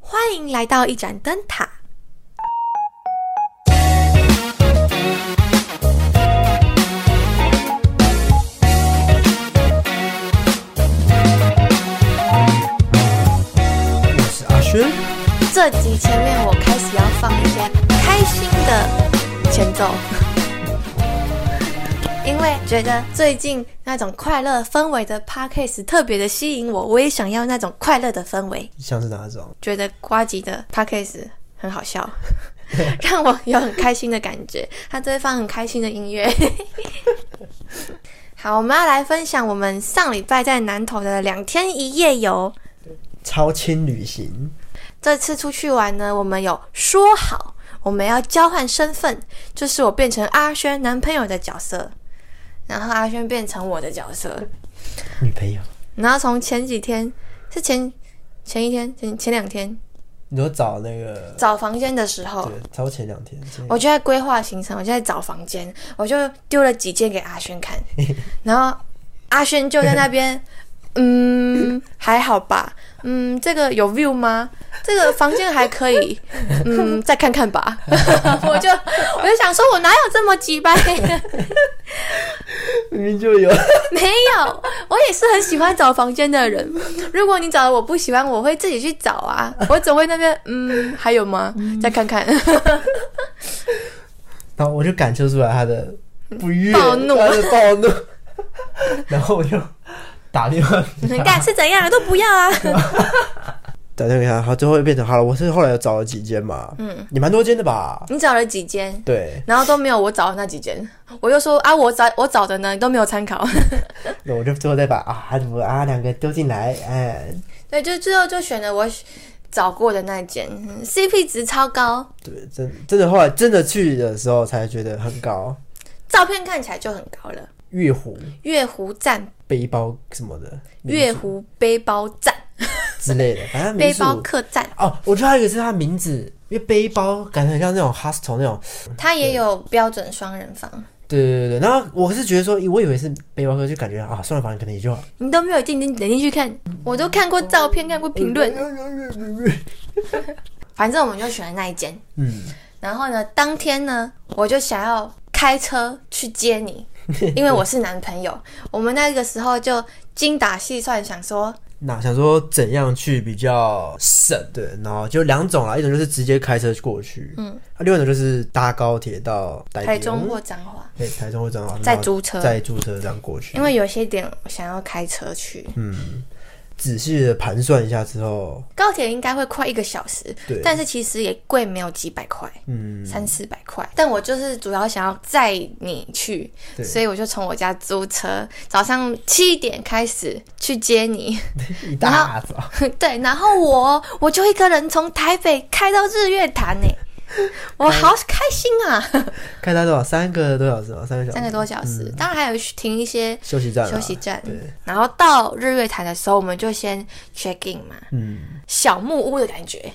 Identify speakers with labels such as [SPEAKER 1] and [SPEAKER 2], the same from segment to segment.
[SPEAKER 1] 欢迎来到一盏灯塔。
[SPEAKER 2] 我是阿轩，
[SPEAKER 1] 这集前面我开始要放一些开心的前奏， 因为觉得最近那种快乐氛围的 podcast 特别的吸引我，我也想要那种快乐的氛围。
[SPEAKER 2] 像是哪种？
[SPEAKER 1] 觉得瓜吉的 podcast 很好笑， 让我有很开心的感觉。他都会放很开心的音乐。 好，我们要来分享我们上礼拜在南投的两天一夜游。
[SPEAKER 2] 超轻旅行，
[SPEAKER 1] 这次出去玩呢，我们有说好我们要交换身份，就是我变成阿轩男朋友的角色，然后阿轩变成我的角色。
[SPEAKER 2] 女朋友。
[SPEAKER 1] 然后从前几天是前前一天前前两天
[SPEAKER 2] 你说找那个，
[SPEAKER 1] 找房间的时候，
[SPEAKER 2] 对，超前两天，前
[SPEAKER 1] 我就在规划行程，我就在找房间，我就丢了几件给阿轩看，然后阿轩就在那边，嗯，还好吧，嗯，这个有 view 吗？这个房间还可以，嗯，再看看吧。 我就我就想说，我哪有这么鸡掰？
[SPEAKER 2] 明明就有。
[SPEAKER 1] 没有，我也是很喜欢找房间的人。如果你找的我不喜欢，我会自己去找啊，我总会那边，嗯，还有吗？再看看。
[SPEAKER 2] 然后我就感受出来他的不悦，
[SPEAKER 1] 暴怒
[SPEAKER 2] 他的暴怒。 然后我就打电话，
[SPEAKER 1] 你看是怎样都不要啊。
[SPEAKER 2] 打电话给他，好，最后又变成好了。我是后来找了几间嘛，嗯，也蛮多间的吧？
[SPEAKER 1] 你找了几间？
[SPEAKER 2] 对，
[SPEAKER 1] 然后都没有我找的那几间，我就说啊，我找我找的呢都没有参考，
[SPEAKER 2] 那我就最后再把啊怎么啊两个丢进来，哎，
[SPEAKER 1] 对，就最后就选了我找过的那间嗯，CP 值超高，
[SPEAKER 2] 对，真真的后来真的去的时候才觉得很高。
[SPEAKER 1] 照片看起来就很高了。
[SPEAKER 2] 月湖
[SPEAKER 1] 月湖站，
[SPEAKER 2] 背包什么的，
[SPEAKER 1] 月湖背包站，
[SPEAKER 2] 之类的，反正民
[SPEAKER 1] 背
[SPEAKER 2] 宿
[SPEAKER 1] 包客栈，
[SPEAKER 2] 哦，我知道还有一个是它名字，因为背包感觉很像那种 hostel 那种。
[SPEAKER 1] 它也有标准双人房，
[SPEAKER 2] 对对对对，然后我是觉得说，我以为是背包客，就感觉啊，算了，反正可能也就。
[SPEAKER 1] 你都没有进进点进去看，我都看过照片，看过评论，
[SPEAKER 2] 嗯
[SPEAKER 1] 反正我们就选了那一间。
[SPEAKER 2] 嗯，
[SPEAKER 1] 然后呢，当天呢，我就想要开车去接 你，因为我是男朋友。我们那个时候就精打细算，想说
[SPEAKER 2] 那想说怎样去比较省？对，然后就两种啦，啊一种就是直接开车过去，嗯，啊，另外一种就是搭高铁到台
[SPEAKER 1] 台中或彰化，
[SPEAKER 2] 对台中或彰化，
[SPEAKER 1] 再
[SPEAKER 2] 啊然后
[SPEAKER 1] 租车
[SPEAKER 2] 再租车这样过去嗯
[SPEAKER 1] 因。为有些点我想要开车去。
[SPEAKER 2] 仔细的盘算一下之后，
[SPEAKER 1] 高铁应该会快一个小时
[SPEAKER 2] 对，
[SPEAKER 1] 但是其实也贵，没有几百块，
[SPEAKER 2] 嗯，
[SPEAKER 1] 三四百块。但我就是主要想要载你去，
[SPEAKER 2] 对
[SPEAKER 1] 所以我就从我家租车，早上七点开始去接你。
[SPEAKER 2] 一大早，
[SPEAKER 1] 对，然后我我就一个人从台北开到日月潭 呢，我好开心啊！
[SPEAKER 2] 开它多少？三个多小时吗？三个小时，
[SPEAKER 1] 三个多小时，当然还有去停一些
[SPEAKER 2] 休息站啦，
[SPEAKER 1] 休息站
[SPEAKER 2] 对，
[SPEAKER 1] 然后到日月潭的时候，我们就先 check in 嘛，
[SPEAKER 2] 嗯。
[SPEAKER 1] 小木屋的感觉。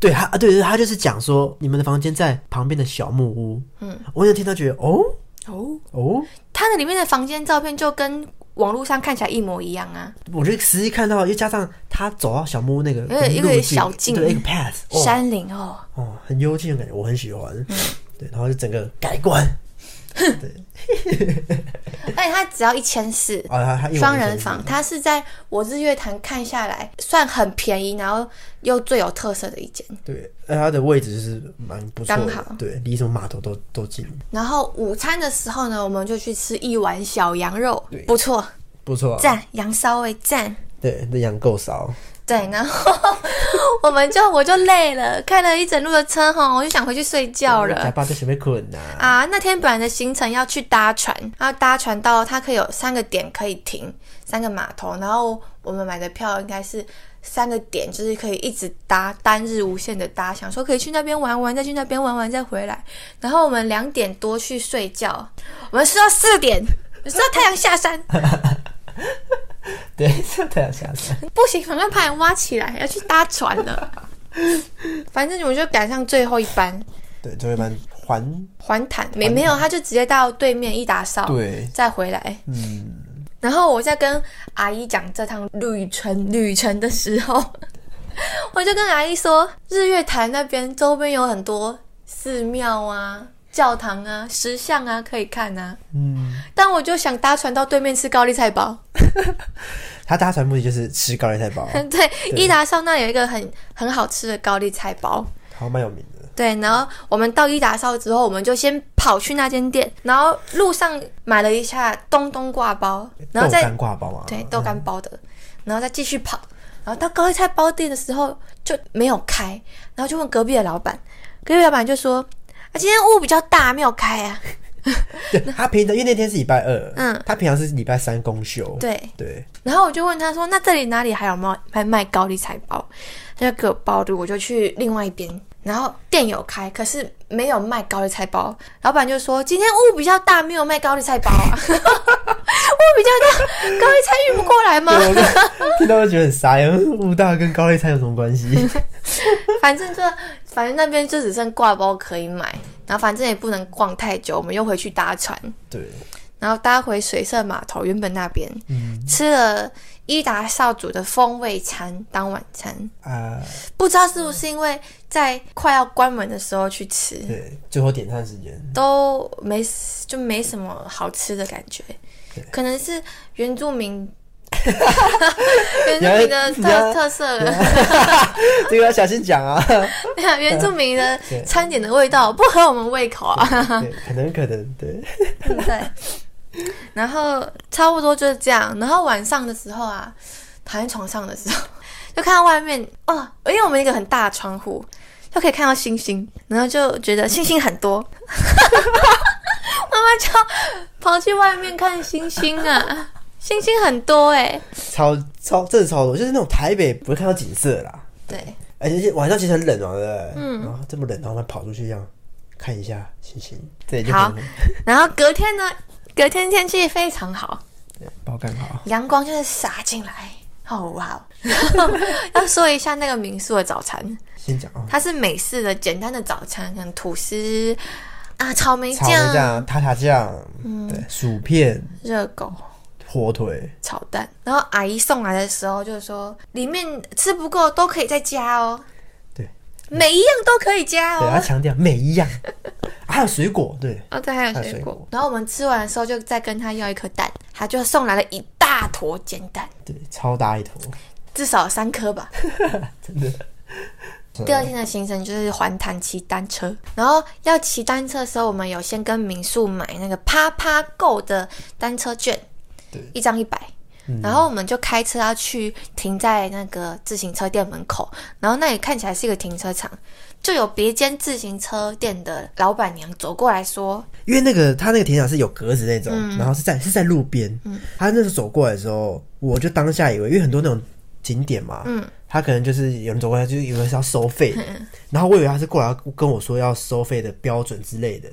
[SPEAKER 2] 对，他啊，对对，他就是讲说你们的房间在旁边的小木屋。嗯，我有听到觉得哦
[SPEAKER 1] 哦，
[SPEAKER 2] 哦，
[SPEAKER 1] 它的里面的房间照片就跟网络上看起来一模一样啊，
[SPEAKER 2] 我觉得实际看到，又加上他走到小木屋那个
[SPEAKER 1] 有一个
[SPEAKER 2] 路径
[SPEAKER 1] 小径
[SPEAKER 2] 对，一个 path，哦
[SPEAKER 1] 山嗯林哦，
[SPEAKER 2] 哦，很幽静的感觉，我很喜欢。对，然后就整个改观。
[SPEAKER 1] 而且它只要一千四。
[SPEAKER 2] 啊，他他一晚
[SPEAKER 1] 双
[SPEAKER 2] 一
[SPEAKER 1] 人
[SPEAKER 2] 天
[SPEAKER 1] 房，它是在我日月潭看下来算很便宜，然后又最有特色的一间。
[SPEAKER 2] 对，而他的位置就是蛮不错
[SPEAKER 1] 刚好
[SPEAKER 2] 的，对，离什么码头都都近，
[SPEAKER 1] 然后午餐的时候呢，我们就去吃一碗小羊肉
[SPEAKER 2] 对，
[SPEAKER 1] 不错，
[SPEAKER 2] 不错、啊。
[SPEAKER 1] 赞，羊骚味赞。
[SPEAKER 2] 对，那养够少，
[SPEAKER 1] 对，然后 我们就我就累了，开了一整路的车哈，我就想回去睡觉
[SPEAKER 2] 才
[SPEAKER 1] 了。
[SPEAKER 2] 爸在前面困呐、啊。
[SPEAKER 1] 啊，那天本来的行程要去搭船，然后搭船到它可以有三个点可以停，三个码头，然后我们买的票应该是三个点，就是可以一直搭，单日无限的搭，想说可以去那边玩玩，再去那边玩玩，再回来。然后我们两点多去睡觉，我们睡到四点，睡到太阳下山，
[SPEAKER 2] 对，这太阳下山。
[SPEAKER 1] 不行，赶快把人挖起来，要去搭船了。反正我就赶上最后一班
[SPEAKER 2] 对，就会蛮环，
[SPEAKER 1] 环潭，没没有，他就直接到对面一打扫，
[SPEAKER 2] 对，
[SPEAKER 1] 再回来。
[SPEAKER 2] 嗯，
[SPEAKER 1] 然后我在跟阿姨讲这趟旅程旅程的时候， 我就跟阿姨说，日月潭那边周边有很多寺庙啊、教堂啊、石像啊可以看啊，
[SPEAKER 2] 嗯，
[SPEAKER 1] 但我就想搭船到对面吃高丽菜包。
[SPEAKER 2] 他搭船目的就是吃高丽 菜包，啊
[SPEAKER 1] 对，伊达邵那有一个很很好吃的高丽菜包。
[SPEAKER 2] 好蛮有名的。
[SPEAKER 1] 对，然后我们到伊达邵之后，我们就先跑去那间店，然后路上买了一下东东挂包，然后
[SPEAKER 2] 豆
[SPEAKER 1] 再
[SPEAKER 2] 干挂包嘛，啊
[SPEAKER 1] 对豆
[SPEAKER 2] 嗯
[SPEAKER 1] 干包的，然后再继续跑，然后到高丽菜包店的时候就没有开，然后就问隔壁的老板，隔壁老板就说啊今天雾比较大，没有开啊。
[SPEAKER 2] 对，他平常因为那天是礼拜二，
[SPEAKER 1] 嗯
[SPEAKER 2] 嗯，他平常是礼拜三公休，
[SPEAKER 1] 对，
[SPEAKER 2] 对，
[SPEAKER 1] 然后我就问他说：“那这里哪里还有卖卖卖高丽菜包？”他就给我包住，我就去另外一边。然后店有开，可是没有卖高丽菜包。老板就说：“今天雾比较大，没有卖高丽菜包啊。” 雾比较大，高丽菜运不过来吗？
[SPEAKER 2] 啊我听到就觉得很傻眼，雾大跟高丽菜有什么关 系？
[SPEAKER 1] 反正就反正那边就只剩挂包可以买，然后反正也不能逛太久，我们又回去搭船。
[SPEAKER 2] 对，
[SPEAKER 1] 然后搭回水社码头原本那边，
[SPEAKER 2] 嗯
[SPEAKER 1] 吃了伊达少主的风味餐当晚餐。
[SPEAKER 2] 啊、
[SPEAKER 1] 不知道是不是因为在快要关门的时候去吃，
[SPEAKER 2] 对，最后点餐时间，
[SPEAKER 1] 都没就没什么好吃的感觉，可能是原住 民原住民的
[SPEAKER 2] 你要你
[SPEAKER 1] 特
[SPEAKER 2] 要
[SPEAKER 1] 特色了，
[SPEAKER 2] 这个要小心讲 啊，
[SPEAKER 1] 对啊原住民的
[SPEAKER 2] 对
[SPEAKER 1] 餐点的味道不合我们胃口啊，
[SPEAKER 2] 对，可能可能对，
[SPEAKER 1] 对不对？然后差不多就是这样，然后晚上的时候啊，躺在床上的时候，就看到外面哦，因为我们有一个很大的窗户，就可以看到星星，然后就觉得星星很多，妈妈就跑去外面看星星啊，星星很多哎、
[SPEAKER 2] 超超真的超多，就是那种台北不会看到景色啦，
[SPEAKER 1] 对，
[SPEAKER 2] 而且晚上其实很冷嘛，对不对？嗯，然后这么冷，然后他跑出去一样看一下星星，这也就
[SPEAKER 1] 好
[SPEAKER 2] 很
[SPEAKER 1] 然后隔天呢，隔天天气非常好，
[SPEAKER 2] 包干好，
[SPEAKER 1] 阳光就是洒进来，好哇哦！要说一下那个民宿的早餐，
[SPEAKER 2] 先讲啊，
[SPEAKER 1] 它是美式的简单的早餐，像吐司啊、草莓
[SPEAKER 2] 草莓
[SPEAKER 1] 酱、
[SPEAKER 2] 酱、塔塔酱，对，薯片、
[SPEAKER 1] 热狗、
[SPEAKER 2] 火腿，
[SPEAKER 1] 炒蛋。然后阿姨送来的时候就说，里面吃不够都可以再加哦。
[SPEAKER 2] 对，
[SPEAKER 1] 每一样都可以加
[SPEAKER 2] 对他
[SPEAKER 1] 哦。
[SPEAKER 2] 强调每一样，啊还有水果，对，
[SPEAKER 1] 哦，对，还有
[SPEAKER 2] 还有
[SPEAKER 1] 水
[SPEAKER 2] 水
[SPEAKER 1] 果。
[SPEAKER 2] 果
[SPEAKER 1] 然后我们吃完的时候就再跟他要一颗蛋，他就送来了一大坨煎蛋，
[SPEAKER 2] 对，超大一坨，
[SPEAKER 1] 至少有三颗吧。
[SPEAKER 2] 真的。
[SPEAKER 1] 第二天的行程就是环潭骑单车，然后要骑单车的时候，我们有先跟民宿买那个啪啪购的单车券
[SPEAKER 2] 对，嗯
[SPEAKER 1] 一张一百。然后我们就开车要去停在那个自行车店门口，然后那里看起来是一个停车场，就有别间自行车店的老板娘走过来说
[SPEAKER 2] 因为那个他那个停车场是有格子那种，然后是在是在路边。他那时候走过来的时候，我就当下以为，因为很多那种景点嘛，他可能就是有人走过来，就是以为是要收费，然后我以为他是过来要跟我说要收费的标准之类的，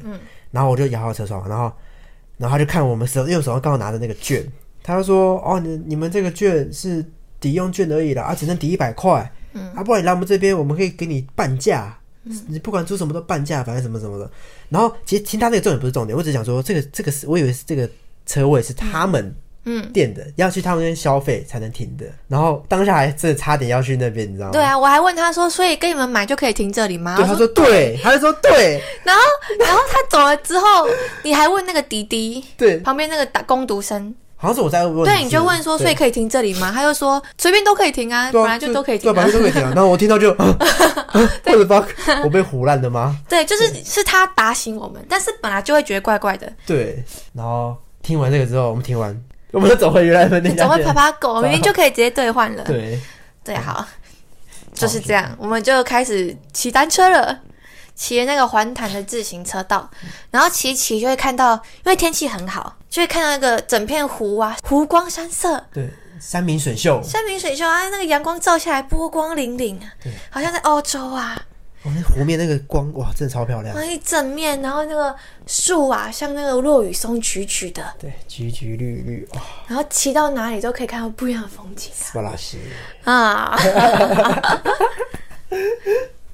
[SPEAKER 2] 然后我就摇摇车窗，然后然后他就看我们手，因为我手上刚好拿着那个券，他就说：“哦，你你们这个券是抵用券而已啦，啊，只能抵一百块，
[SPEAKER 1] 嗯
[SPEAKER 2] 啊，不然你来我们这边，我们可以给你半价。”你不管租什么都半价，反正什么什么的。然后其实听他那个重点不是重点，我只想说这个这个是我以为是这个车位是他们
[SPEAKER 1] 嗯
[SPEAKER 2] 店的，要去他们那边消费才能停的。然后当下还真的差点要去那边，你知道：“吗？
[SPEAKER 1] 对啊，我还问他说，所以跟你们买就可以停这里吗？”
[SPEAKER 2] 哦对，他说对，他就说对
[SPEAKER 1] 然后，然后他走了之后，你还问那个迪迪
[SPEAKER 2] 对，
[SPEAKER 1] 旁边那个打工读生，
[SPEAKER 2] 好像是我在问，
[SPEAKER 1] 对，你就问说，所以
[SPEAKER 2] 对
[SPEAKER 1] 可以停这里吗？他就说随便都可以停啊，
[SPEAKER 2] 对
[SPEAKER 1] 本
[SPEAKER 2] 啊
[SPEAKER 1] 来就都可以
[SPEAKER 2] 对
[SPEAKER 1] 停
[SPEAKER 2] 啊，本
[SPEAKER 1] 啊
[SPEAKER 2] 来。就都可以停啊。然后我听 到就，啊或者包我被胡乱的吗？
[SPEAKER 1] 对，就是是他打醒我们，但是本来就会觉得怪怪 的。
[SPEAKER 2] 对，然后听完这个之后，我们听完，我们就走回原来的那
[SPEAKER 1] 你
[SPEAKER 2] 家
[SPEAKER 1] 总会
[SPEAKER 2] 店
[SPEAKER 1] 爬。爬狗，明明就可以直接兑换了。
[SPEAKER 2] 对，
[SPEAKER 1] 对，好，就是这样，我们就开始骑单车了，骑那个环潭的自行车道，然后骑一骑就会看到，因为天气很好，就会看到那个整片湖啊，湖光山色，
[SPEAKER 2] 对，山明水秀，
[SPEAKER 1] 山明水秀啊，那个阳光照下来，波光粼粼啊
[SPEAKER 2] 对，
[SPEAKER 1] 好像在欧洲啊，
[SPEAKER 2] 我那湖面那个光，哇，真的超漂亮
[SPEAKER 1] 然。后一整面，然后那个树啊，像那个落雨松曲曲的，
[SPEAKER 2] 对，橘橘绿绿，哇，
[SPEAKER 1] 然后骑到哪里都可以看到不一样的风景
[SPEAKER 2] 斯巴拉西。
[SPEAKER 1] 啊。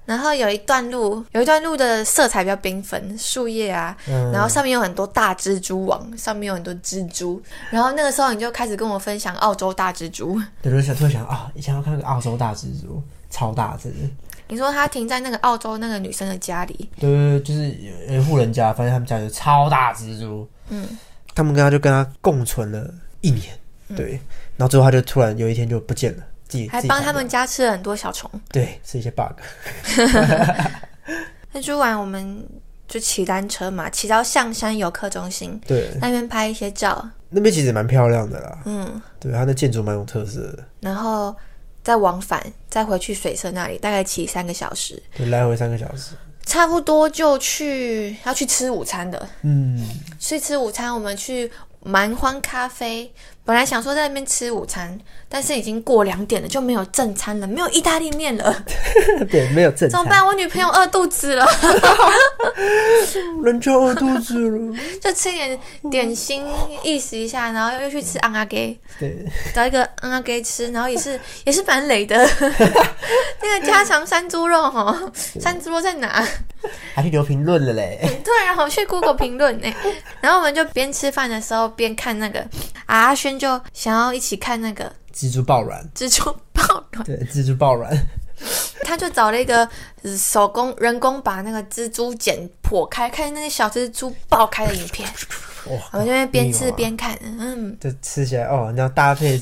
[SPEAKER 1] 然后有一段路，有一段路的色彩比较缤纷，树叶啊，
[SPEAKER 2] 嗯
[SPEAKER 1] 然后上面有很多大蜘蛛网，上面有很多蜘蛛。然后那个时候你就开始跟我分享澳洲大蜘蛛，
[SPEAKER 2] 对，我就想突然想啊，以前要看那个澳洲大蜘蛛，超大只。
[SPEAKER 1] 你说他停在那个澳洲那个女生的家里，
[SPEAKER 2] 对对对，就是有一户人家，发现他们家有超大蜘蛛，
[SPEAKER 1] 嗯，
[SPEAKER 2] 他们跟他就跟他共存了一年，对，然后最后他就突然有一天就不见了，自己
[SPEAKER 1] 嗯还
[SPEAKER 2] 自己
[SPEAKER 1] 帮
[SPEAKER 2] 跑
[SPEAKER 1] 他
[SPEAKER 2] 掉
[SPEAKER 1] 们家吃了很多小虫。
[SPEAKER 2] 对是一些 bug，
[SPEAKER 1] 那住完我们就骑单车嘛，骑到象山游客中心
[SPEAKER 2] 对，
[SPEAKER 1] 那边拍一些照，
[SPEAKER 2] 那边其实蛮漂亮的啦，
[SPEAKER 1] 嗯，
[SPEAKER 2] 对，它那建筑蛮有特色的，
[SPEAKER 1] 然后再往返，再回去水车那里，大概骑三个小时，
[SPEAKER 2] 对，来回三个小时，
[SPEAKER 1] 差不多就去要去吃午餐的。
[SPEAKER 2] 嗯，
[SPEAKER 1] 去吃午餐，我们去蛮荒咖啡。本来想说在那边吃午餐，但是已经过两点了，就没有正餐了，没有意大利面了，
[SPEAKER 2] 对，没有正
[SPEAKER 1] 怎么
[SPEAKER 2] 餐，
[SPEAKER 1] 办？我女朋友饿肚子了，
[SPEAKER 2] 人就饿肚 子了，
[SPEAKER 1] 就吃点点心意思一下，然后又去吃昂阿给。
[SPEAKER 2] 对，
[SPEAKER 1] 找一个嗯啊给吃，然后也是 也是蛮累的。 那个家常山猪肉哦，山猪肉在哪？
[SPEAKER 2] 还去留评论了嘞，
[SPEAKER 1] 突然我去 Google 评论呢。然后我们就边吃饭的时候边看那个，啊阿轩就想要一起看那个
[SPEAKER 2] 蜘蛛爆卵，
[SPEAKER 1] 蜘蛛抱卵，
[SPEAKER 2] 对，蜘蛛爆卵，
[SPEAKER 1] 他就找了一个呃手工人工把那个蜘蛛剪破开，看那个小蜘蛛爆开的影片。我
[SPEAKER 2] 哇，
[SPEAKER 1] 们就会边
[SPEAKER 2] 你
[SPEAKER 1] 吃
[SPEAKER 2] 有啊
[SPEAKER 1] 边看，嗯，
[SPEAKER 2] 就吃起来哦，你要搭配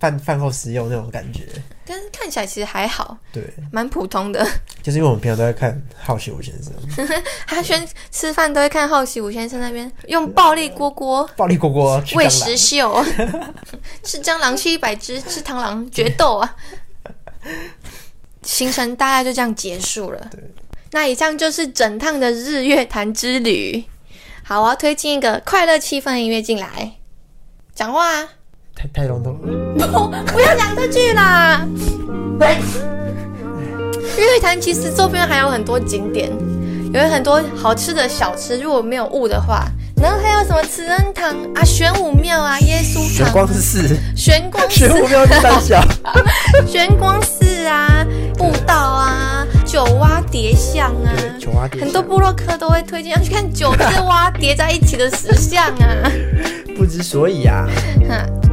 [SPEAKER 2] 饭饭后食用那种感觉，
[SPEAKER 1] 但是看起来其实还好，
[SPEAKER 2] 对，
[SPEAKER 1] 蛮普通的。
[SPEAKER 2] 就是因为我们平常都在看《好奇五先生》
[SPEAKER 1] 阿轩吃饭都会看好奇五先生那边用暴力锅锅
[SPEAKER 2] 暴力锅锅嗯去
[SPEAKER 1] 喂
[SPEAKER 2] 蟑螂
[SPEAKER 1] 食， 秀，吃蟑螂吃一百只，吃螳螂决斗啊！行程大概就这样结束了。
[SPEAKER 2] 对
[SPEAKER 1] 那以上就是整趟的日月潭之旅。好，我要推荐一个快乐气氛音乐进来。讲话啊！
[SPEAKER 2] 太太笼统了，
[SPEAKER 1] 不，不要讲这句啦。日月潭其实周边还有很多景点，有很多好吃的小吃，如果没有误的话，然后还有什么慈恩堂啊、玄武庙啊、耶稣
[SPEAKER 2] 玄
[SPEAKER 1] 堂、
[SPEAKER 2] 光寺，
[SPEAKER 1] 玄光
[SPEAKER 2] 玄武
[SPEAKER 1] 寺、
[SPEAKER 2] 庙是三小，
[SPEAKER 1] 玄光寺啊、步道啊、九蛙叠像啊。
[SPEAKER 2] 对，琼花蝶，
[SPEAKER 1] 很多部落客都会推荐要去看九只蛙叠在一起的石像啊，
[SPEAKER 2] 不知所以啊，
[SPEAKER 1] 哼